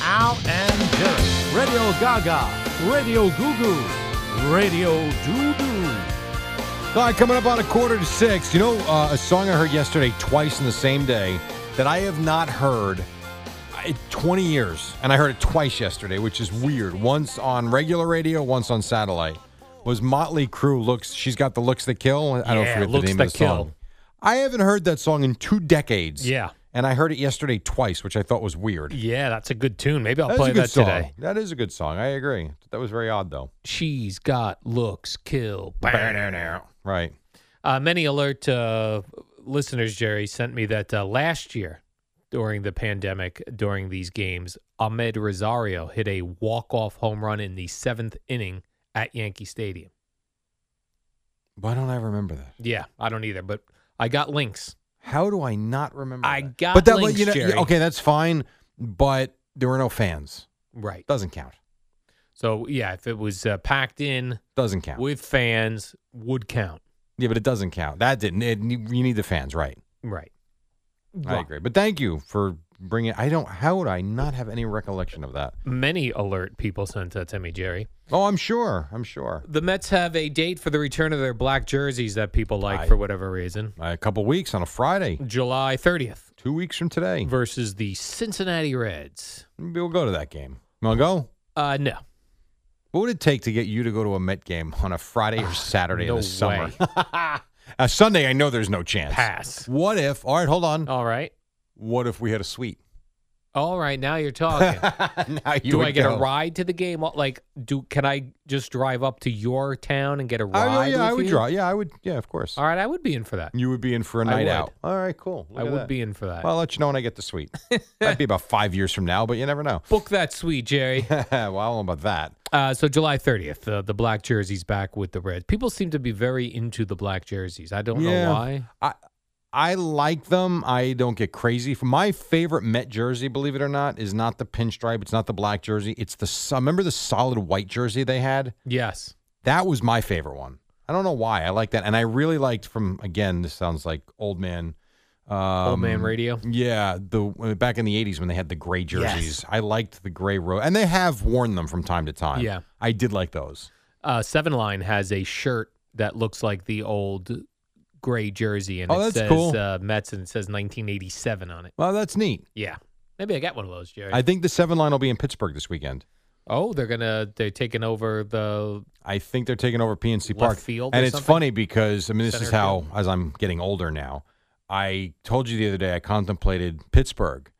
Speaker 9: Al and Jerry. Radio Gaga. Radio Goo Goo. Radio Doo Doo.
Speaker 3: All right, coming up on a quarter to six. You know, uh, a song I heard yesterday twice in the same day that I have not heard uh, in 20 years, and I heard it twice yesterday, which is weird. Once on regular radio, once on satellite. Was Motley Crue looks? She's got the looks that kill. I don't
Speaker 2: Yeah,
Speaker 3: forget the
Speaker 2: Looks
Speaker 3: name
Speaker 2: That
Speaker 3: of the song.
Speaker 2: Kill.
Speaker 3: I haven't heard that song in two decades.
Speaker 2: Yeah.
Speaker 3: and I heard it yesterday twice, which I thought was weird.
Speaker 2: Yeah, that's a good tune. Maybe I'll
Speaker 3: That's a
Speaker 2: play
Speaker 3: good
Speaker 2: that
Speaker 3: song.
Speaker 2: today.
Speaker 3: That is a good song. I agree. That was very odd though.
Speaker 2: She's got looks, kill.
Speaker 3: Right.
Speaker 2: Uh, many alert uh, listeners, Jerry, sent me that uh, last year during the pandemic, during these games, Ahmed Rosario hit a walk-off home run in the seventh inning at Yankee Stadium.
Speaker 3: Why don't I remember that?
Speaker 2: Yeah, I don't either, but I got links.
Speaker 3: How do I not remember?
Speaker 2: I
Speaker 3: that?
Speaker 2: got
Speaker 3: but that,
Speaker 2: links,
Speaker 3: you know,
Speaker 2: Jerry.
Speaker 3: okay, that's fine. But there were no fans.
Speaker 2: Right.
Speaker 3: Doesn't count.
Speaker 2: So, yeah, if it was uh, packed in
Speaker 3: Doesn't count.
Speaker 2: with fans, would count.
Speaker 3: yeah, but it doesn't count. That didn't. It, you need the fans, right?
Speaker 2: Right.
Speaker 3: I agree. But thank you for bringing. I don't. How would I not have any recollection of that?
Speaker 2: Many alert people sent that to me, Jerry.
Speaker 3: Oh, I'm sure. I'm sure.
Speaker 2: The Mets have a date for the return of their black jerseys that people like
Speaker 3: Aye.
Speaker 2: for whatever reason.
Speaker 3: A couple weeks on a Friday,
Speaker 2: July 30th
Speaker 3: two weeks from today,
Speaker 2: versus the Cincinnati Reds.
Speaker 3: maybe we'll go to that game. Want to go?
Speaker 2: Uh, no.
Speaker 3: What would it take to get you to go to a Met game on a Friday or Saturday
Speaker 2: Ah, no
Speaker 3: in the summer? a Sunday, I know there's no chance.
Speaker 2: Pass.
Speaker 3: What if? All right, hold on.
Speaker 2: All right.
Speaker 3: What if we had a suite?
Speaker 2: All right. Now you're talking.
Speaker 3: now you
Speaker 2: do
Speaker 3: would
Speaker 2: I get
Speaker 3: go.
Speaker 2: a ride to the game? Like, do can I just drive up to your town and get a
Speaker 3: I,
Speaker 2: ride?
Speaker 3: would- Oh, yeah, I
Speaker 2: with
Speaker 3: would
Speaker 2: you?
Speaker 3: draw. Yeah, I would. Yeah, of course.
Speaker 2: All right, I would be in for that.
Speaker 3: You would be in for a
Speaker 2: I
Speaker 3: night
Speaker 2: would.
Speaker 3: out. All right, cool. Look
Speaker 2: I
Speaker 3: at
Speaker 2: would
Speaker 3: that.
Speaker 2: be in for that.
Speaker 3: Well, I'll let you know when I get the suite. That'd be about five years from now, but you never know.
Speaker 2: Book that suite, Jerry.
Speaker 3: well, I don't know about that.
Speaker 2: Uh, so July 30th, uh, the black jerseys back with the Reds. People seem to be very into the black jerseys. I don't
Speaker 3: Yeah.
Speaker 2: know why.
Speaker 3: I I like them. I don't get crazy. For my favorite Met jersey, believe it or not, is not the pinstripe. It's not the black jersey. It's the so- remember the solid white jersey they had.
Speaker 2: Yes.
Speaker 3: That was my favorite one. I don't know why. I like that, and I really liked from again. This sounds like old man. Um,
Speaker 2: Old man radio.
Speaker 3: Yeah, the uh, back in the '80s when they had the gray jerseys, I liked the gray row, and they have worn them from time to time.
Speaker 2: Yeah.
Speaker 3: I did like those.
Speaker 2: Uh, Seven Line has a shirt that looks like the old gray jersey, and
Speaker 3: Oh,
Speaker 2: it
Speaker 3: that's
Speaker 2: says
Speaker 3: cool.
Speaker 2: uh, Mets, and it says 1987 on it.
Speaker 3: Well, that's neat.
Speaker 2: Yeah, maybe I got one of those, Jerry.
Speaker 3: I think the seven line will be in Pittsburgh this weekend.
Speaker 2: oh, they're gonna they're taking over the
Speaker 3: I think they're taking over PNC
Speaker 2: Left
Speaker 3: Park.
Speaker 2: field
Speaker 3: and
Speaker 2: or
Speaker 3: it's
Speaker 2: something?
Speaker 3: funny because I mean this is
Speaker 2: Center
Speaker 3: how as I'm getting older now, I told you the other day I contemplated Pittsburgh.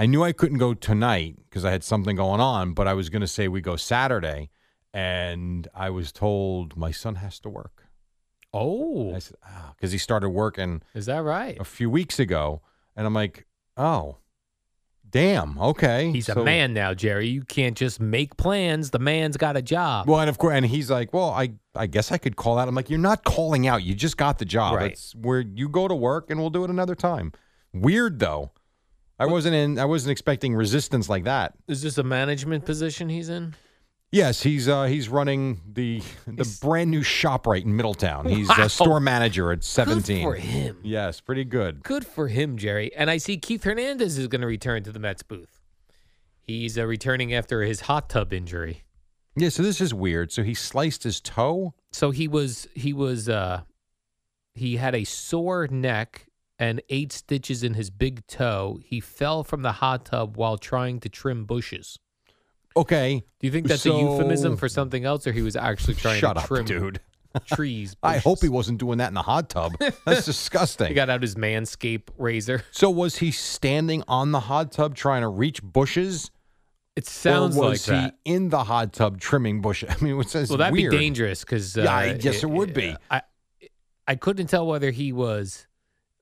Speaker 3: I knew I couldn't go tonight because I had something going on, but I was going to say we go Saturday and I was told my son has to work.
Speaker 2: oh,
Speaker 3: I said, "Ah," cuz he started working
Speaker 2: is that right?
Speaker 3: a few weeks ago and I'm like, "Oh. Damn. Okay."
Speaker 2: He's a
Speaker 3: So-
Speaker 2: man now, Jerry. You can't just make plans. The man's got a job.
Speaker 3: Well, and of course, and he's like, "Well, I, I guess I could call out." I'm like, "You're not calling out. You just got the job.
Speaker 2: Right.
Speaker 3: It's where you go to work, and we'll do it another time." Weird though. I wasn't in. I wasn't expecting resistance like that.
Speaker 2: Is this a management position he's in?
Speaker 3: Yes, he's uh, he's running the the
Speaker 2: He's-
Speaker 3: brand new shop right in Middletown. He's
Speaker 2: Wow.
Speaker 3: a store manager at 17.
Speaker 2: Good for him.
Speaker 3: Yes, pretty good.
Speaker 2: Good for him, Jerry. And I see Keith Hernandez is going to return to the Mets booth. He's uh, returning after his hot tub injury.
Speaker 3: Yeah. So this is weird. So he sliced his toe.
Speaker 2: So he was he was uh he had a sore neck and eight stitches in his big toe. He fell from the hot tub while trying to trim bushes.
Speaker 3: Okay.
Speaker 2: Do you think that's a
Speaker 3: So-
Speaker 2: euphemism for something else, or he was actually trying
Speaker 3: Shut
Speaker 2: to
Speaker 3: up,
Speaker 2: trim
Speaker 3: dude.
Speaker 2: trees?
Speaker 3: I hope he
Speaker 2: bushes?
Speaker 3: wasn't doing that in the hot tub. That's disgusting.
Speaker 2: He got out his manscape razor.
Speaker 3: So was he standing on the hot tub trying to reach bushes?
Speaker 2: It sounds
Speaker 3: or
Speaker 2: like
Speaker 3: was
Speaker 2: that.
Speaker 3: he in the hot tub trimming bushes? I mean, what's this?
Speaker 2: Well, that'd
Speaker 3: weird.
Speaker 2: be dangerous because
Speaker 3: Yeah, I guess it would be.
Speaker 2: I I couldn't tell whether he was,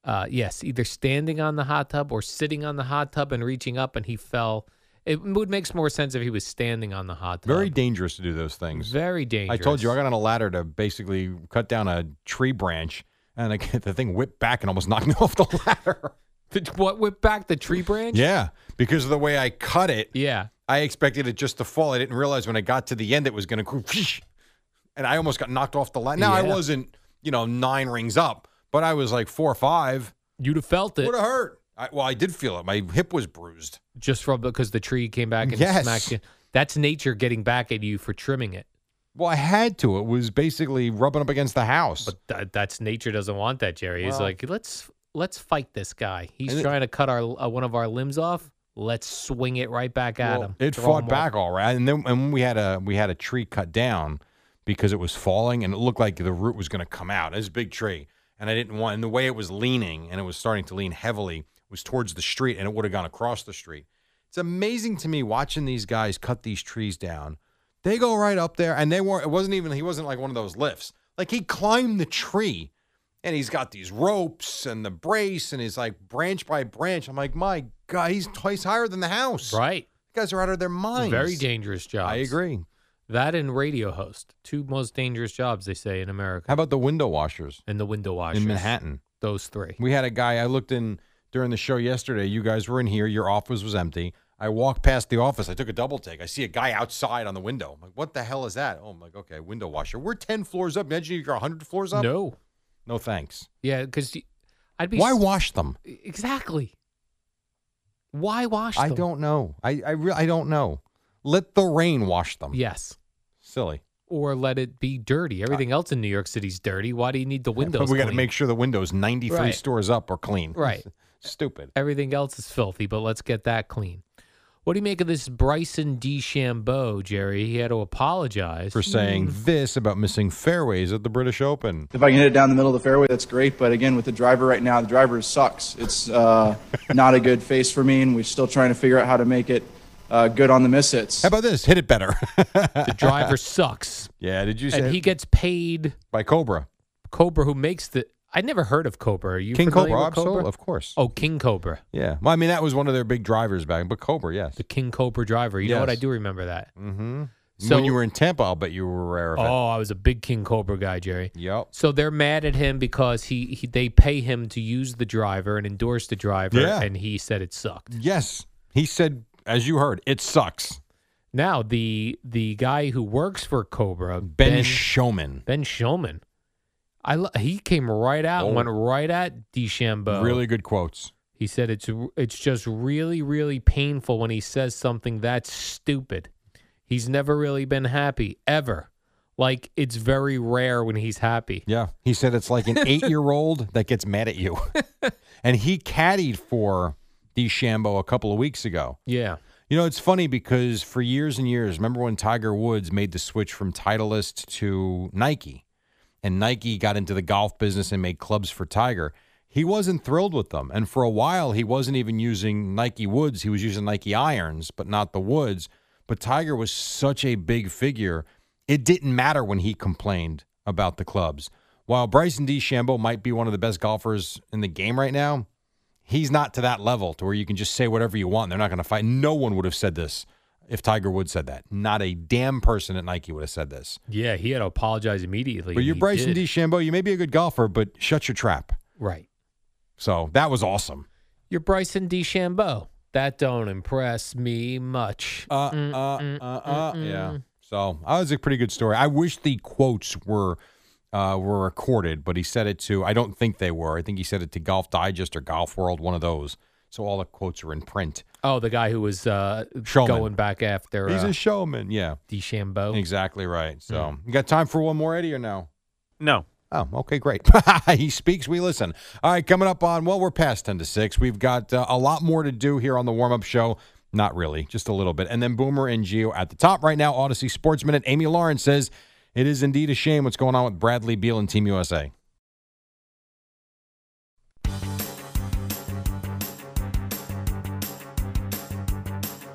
Speaker 2: uh, yes, either standing on the hot tub or sitting on the hot tub and reaching up, and he fell. It would makes more sense if he was standing on the hot tub.
Speaker 3: Very dangerous to do those things.
Speaker 2: very dangerous.
Speaker 3: I told you I got on a ladder to basically cut down a tree branch, and I, the thing whipped back and almost knocked me off the ladder.
Speaker 2: Did- what whipped back the tree branch?
Speaker 3: yeah, because of the way I cut it,
Speaker 2: yeah.
Speaker 3: I expected it just to fall. I didn't realize when I got to the end it was going to go, whoosh, and I almost got knocked off the ladder. Now I
Speaker 2: Yeah.
Speaker 3: wasn't, you know, nine rings up, but I was like four or five.
Speaker 2: You'd have felt it
Speaker 3: Would have hurt. I, well, I did feel it. My hip was bruised.
Speaker 2: just from because the tree came back and
Speaker 3: Yes.
Speaker 2: smacked you. That's nature getting back at you for trimming it.
Speaker 3: Well, I had to. It was basically rubbing up against the house.
Speaker 4: But th- that's nature doesn't want that, Jerry. He's
Speaker 3: Well-
Speaker 4: like, let's let's fight this guy. He's
Speaker 3: And it-
Speaker 4: trying to cut our uh, one of our limbs off. Let's swing it right back at
Speaker 3: Well,
Speaker 4: him.
Speaker 3: It
Speaker 4: Throw him
Speaker 3: fought
Speaker 4: off.
Speaker 3: back all right, and then and we had a we had a tree cut down because it was falling, and it looked like the root was going to come out. It was a big tree, and I didn't want. And the way it was leaning, and it was starting to lean heavily, was towards the street, and it would have gone across the street. It's amazing to me watching these guys cut these trees down. They go right up there, and they weren't. It wasn't even. He wasn't like one of those lifts. Like he climbed the tree, and he's got these ropes and the brace, and he's like branch by branch. I'm like, my God, he's twice higher than the house.
Speaker 4: Right.
Speaker 3: You guys are out of their minds.
Speaker 4: Very dangerous jobs.
Speaker 3: I agree.
Speaker 4: That and radio host, two most dangerous jobs they say in America,
Speaker 3: How about the window washers
Speaker 4: and the window washers
Speaker 3: in Manhattan?
Speaker 4: Those three.
Speaker 3: We had a guy I looked in during the show yesterday. You guys were in here. Your office was empty. I walked past the office. I took a double take. I see a guy outside on the window. I'm like, what the hell is that? Oh, I'm like, okay, window washer. We're 10 floors up. Imagine if you're 100 floors up.
Speaker 4: No.
Speaker 3: No thanks.
Speaker 4: Yeah, because I'd be
Speaker 3: Why
Speaker 4: s-
Speaker 3: wash them?
Speaker 4: exactly? Why wash?
Speaker 3: I
Speaker 4: them?
Speaker 3: don't know. I I, re- I don't know. Let the rain wash them.
Speaker 4: Yes.
Speaker 3: Silly.
Speaker 4: Or let it be dirty. Everything else in New York City's dirty. Why do you need the windows?
Speaker 3: But we got to
Speaker 4: clean?
Speaker 3: make sure the windows 93
Speaker 4: Right.
Speaker 3: stores up are clean.
Speaker 4: Right.
Speaker 3: Stupid.
Speaker 4: Everything else is filthy, but let's get that clean. What do you make of this Bryson DeChambeau, Jerry? He had to apologize.
Speaker 3: for saying this about missing fairways at the British Open.
Speaker 10: If I can hit it down the middle of the fairway, that's great. But again, with the driver right now, the driver sucks. It's uh, not a good face for me, and we're still trying to figure out how to make it uh, good on the miss hits.
Speaker 3: How about this? Hit it better.
Speaker 4: the driver sucks,
Speaker 3: yeah, did you say
Speaker 4: and he gets paid.
Speaker 3: by Cobra?
Speaker 4: Cobra, who makes the I never heard of Cobra. Are you
Speaker 3: King
Speaker 4: familiar
Speaker 3: Cobra,
Speaker 4: with Cobra?
Speaker 3: Absol- of course.
Speaker 4: Oh, King Cobra,
Speaker 3: Yeah. Well, I mean, that was one of their big drivers back, but Cobra, yes.
Speaker 4: the King Cobra driver. You know what? I
Speaker 3: Yes.
Speaker 4: do remember that.
Speaker 3: Mm-hmm.
Speaker 4: So-
Speaker 3: when you were in Tampa, I'll bet you were aware of
Speaker 4: Oh, I was a big King Cobra guy, Jerry.
Speaker 3: it. Yep.
Speaker 4: So they're mad at him because he, he they pay him to use the driver and endorse the driver,
Speaker 3: Yeah.
Speaker 4: and he said it sucked.
Speaker 3: Yes. He said, as you heard, it sucks.
Speaker 4: Now the the guy who works for Cobra,
Speaker 3: Ben,
Speaker 4: Ben
Speaker 3: Showman.
Speaker 4: Ben Shulman, I lo- he came right out
Speaker 3: Oh.
Speaker 4: and went right at DeChambeau.
Speaker 3: Really good quotes.
Speaker 4: He said it's it's just really really painful when he says something that's stupid. He's never really been happy ever. Like it's very rare when he's happy.
Speaker 3: Yeah. He said it's like an eight year old that gets mad at you. and he caddied for DeChambeau a couple of weeks ago.
Speaker 4: Yeah.
Speaker 3: You know, it's funny because for years and years, remember when Tiger Woods made the switch from Titleist to Nike and Nike got into the golf business and made clubs for Tiger? He wasn't thrilled with them. And for a while, he wasn't even using Nike Woods. He was using Nike Irons, but not the Woods. But Tiger was such a big figure. It didn't matter when he complained about the clubs. While Bryson DeChambeau might be one of the best golfers in the game right now, he's not to that level to where you can just say whatever you want. They're not going to fight. No one would have said this if Tiger Woods said that. Not a damn person at Nike would have said this.
Speaker 4: Yeah, he had to apologize immediately.
Speaker 3: But
Speaker 4: and
Speaker 3: you're
Speaker 4: he
Speaker 3: Bryson
Speaker 4: did.
Speaker 3: DeChambeau. You may be a good golfer, but shut your trap.
Speaker 4: Right.
Speaker 3: So that was awesome.
Speaker 4: You're Bryson DeChambeau. That don't impress me much.
Speaker 3: Uh, uh,
Speaker 4: mm,
Speaker 3: uh, uh, yeah. So that was a pretty good story. I wish the quotes were uh, were recorded, but he said it to. I don't think they were. I think he said it to Golf Digest or Golf World, one of those. So all the quotes are in print.
Speaker 4: Oh, the guy who was uh,
Speaker 3: Shulman.
Speaker 4: going back after
Speaker 3: He's
Speaker 4: uh,
Speaker 3: a showman. Yeah,
Speaker 4: DeChambeau.
Speaker 3: exactly right. So
Speaker 4: Hmm.
Speaker 3: you got time for one more Eddie or no?
Speaker 5: No.
Speaker 3: Oh, okay, great. he speaks, we listen. All right, coming up on, well, we're past 10 to 6. We've got uh, a lot more to do here on the warm up show. Not really, just a little bit. And then Boomer and Geo at the top right now. Odyssey Sports Minute. Amy Lawrence says, It is indeed a shame what's going on with Bradley Beal and Team USA.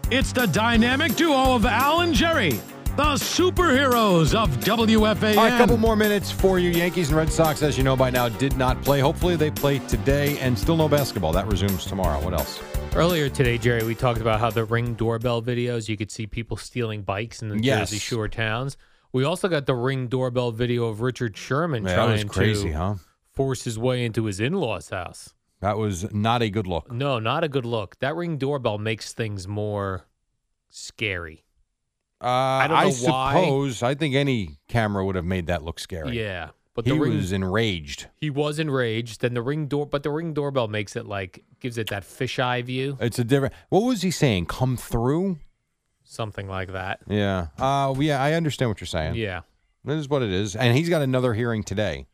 Speaker 2: It's the dynamic duo of Al and Jerry, the superheroes of WFAN.
Speaker 3: All right, a couple more minutes for you. Yankees and Red Sox, as you know by now, did not play. Hopefully, they play today and still no basketball. That resumes tomorrow. What else?
Speaker 4: Earlier today, Jerry, we talked about how the ring doorbell videos, you could see people stealing bikes in the
Speaker 3: Yes.
Speaker 4: Jersey Shore towns. We also got the ring doorbell video of Richard Sherman
Speaker 3: Yeah, that
Speaker 4: trying
Speaker 3: was crazy,
Speaker 4: to
Speaker 3: huh?
Speaker 4: force his way into his in law's house.
Speaker 3: That was not a good look.
Speaker 4: No, not a good look. That ring doorbell makes things more scary.
Speaker 3: Uh, I,
Speaker 4: don't know why.
Speaker 3: suppose I think any camera would have made that look scary.
Speaker 4: Yeah. But
Speaker 3: he
Speaker 4: the ring
Speaker 3: was enraged.
Speaker 4: he was enraged, then the ring door but the ring doorbell makes it like gives it that fisheye view,
Speaker 3: It's a different. What was he saying? Come through?
Speaker 4: something like that.
Speaker 3: Yeah. Uh. Yeah. I understand what you're saying.
Speaker 4: Yeah.
Speaker 3: That is what it is. And he's got another hearing today.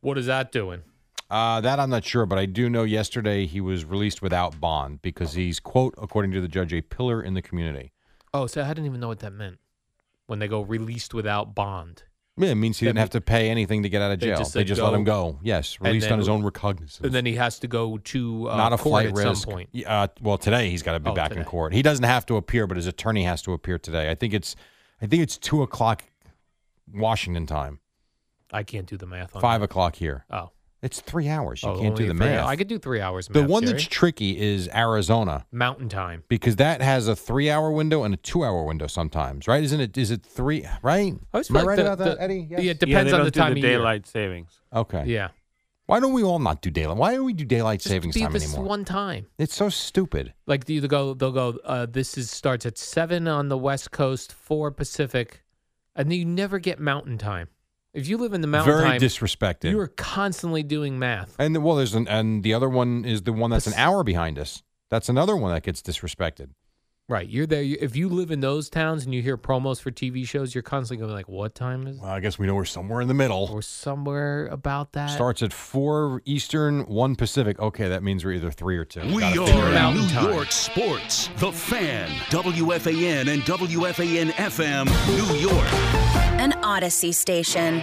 Speaker 4: What is that doing?
Speaker 3: Uh, that I'm not sure, but I do know yesterday he was released without bond because he's, quote, according to the judge, a pillar in the community.
Speaker 4: Oh, so I didn't even know what that meant. When they go released without bond.
Speaker 3: Yeah, it means he didn't have to pay anything to get out of
Speaker 4: They
Speaker 3: jail.
Speaker 4: just
Speaker 3: they
Speaker 4: said
Speaker 3: just
Speaker 4: go.
Speaker 3: let him go. Yes,
Speaker 4: And
Speaker 3: released
Speaker 4: then-
Speaker 3: on his own recognizance.
Speaker 4: And then he has to go to uh,
Speaker 3: not a
Speaker 4: court
Speaker 3: flight
Speaker 4: at
Speaker 3: risk.
Speaker 4: some point.
Speaker 3: Y- Uh, well, today he's got to be
Speaker 4: Oh,
Speaker 3: back in
Speaker 4: today.
Speaker 3: court. He doesn't have to appear, but his attorney has to appear today. I think it's, I think it's two o'clock, Washington time,
Speaker 4: I can't do the math on
Speaker 3: five
Speaker 4: that.
Speaker 3: o'clock here.
Speaker 4: Oh.
Speaker 3: It's three hours. You
Speaker 4: Oh,
Speaker 3: can't do
Speaker 4: only
Speaker 3: the
Speaker 4: three
Speaker 3: math.
Speaker 4: hours. I could do three hours.
Speaker 3: The
Speaker 4: math,
Speaker 3: one
Speaker 4: Jerry.
Speaker 3: that's tricky is Arizona
Speaker 4: mountain time.
Speaker 3: because that has a three-hour window and a two-hour window sometimes, right? Isn't it? Is it three? Right?
Speaker 4: I always
Speaker 3: Am I
Speaker 4: feel
Speaker 3: right
Speaker 4: like the-
Speaker 3: about that,
Speaker 4: the-
Speaker 3: Eddie?
Speaker 4: yeah, it
Speaker 5: Yeah,
Speaker 4: depends
Speaker 5: they
Speaker 4: on
Speaker 5: don't
Speaker 4: the
Speaker 5: do
Speaker 4: time
Speaker 5: the
Speaker 4: of year.
Speaker 5: daylight savings.
Speaker 3: Okay.
Speaker 4: Yeah.
Speaker 3: Why don't we all not do daylight? Why don't we do daylight savings
Speaker 4: Be
Speaker 3: time
Speaker 4: this
Speaker 3: anymore?
Speaker 4: one time.
Speaker 3: It's so stupid.
Speaker 4: Like they either go, they'll go. Uh, this is starts at seven on the West Coast, four Pacific, and then you never get mountain time. If you live in the mountain
Speaker 3: Very
Speaker 4: time,
Speaker 3: disrespected.
Speaker 4: you are constantly doing math.
Speaker 3: And the- well, there's an, and the other one is the one that's an hour behind us. That's another one that gets disrespected.
Speaker 4: Right, you're there. You, if you live in those towns and you hear promos for TV shows, you're constantly going like, "What time is?" it?"
Speaker 3: Well, I guess we know we're somewhere in the middle.
Speaker 4: Or somewhere about that.
Speaker 3: Starts at four Eastern, one Pacific. Okay, that means we're either three or two.
Speaker 11: We
Speaker 3: Gotta
Speaker 11: are
Speaker 3: figure it out.
Speaker 11: New York sports. The Fan, WFAN and WFAN FM, New York.
Speaker 12: An Odyssey station.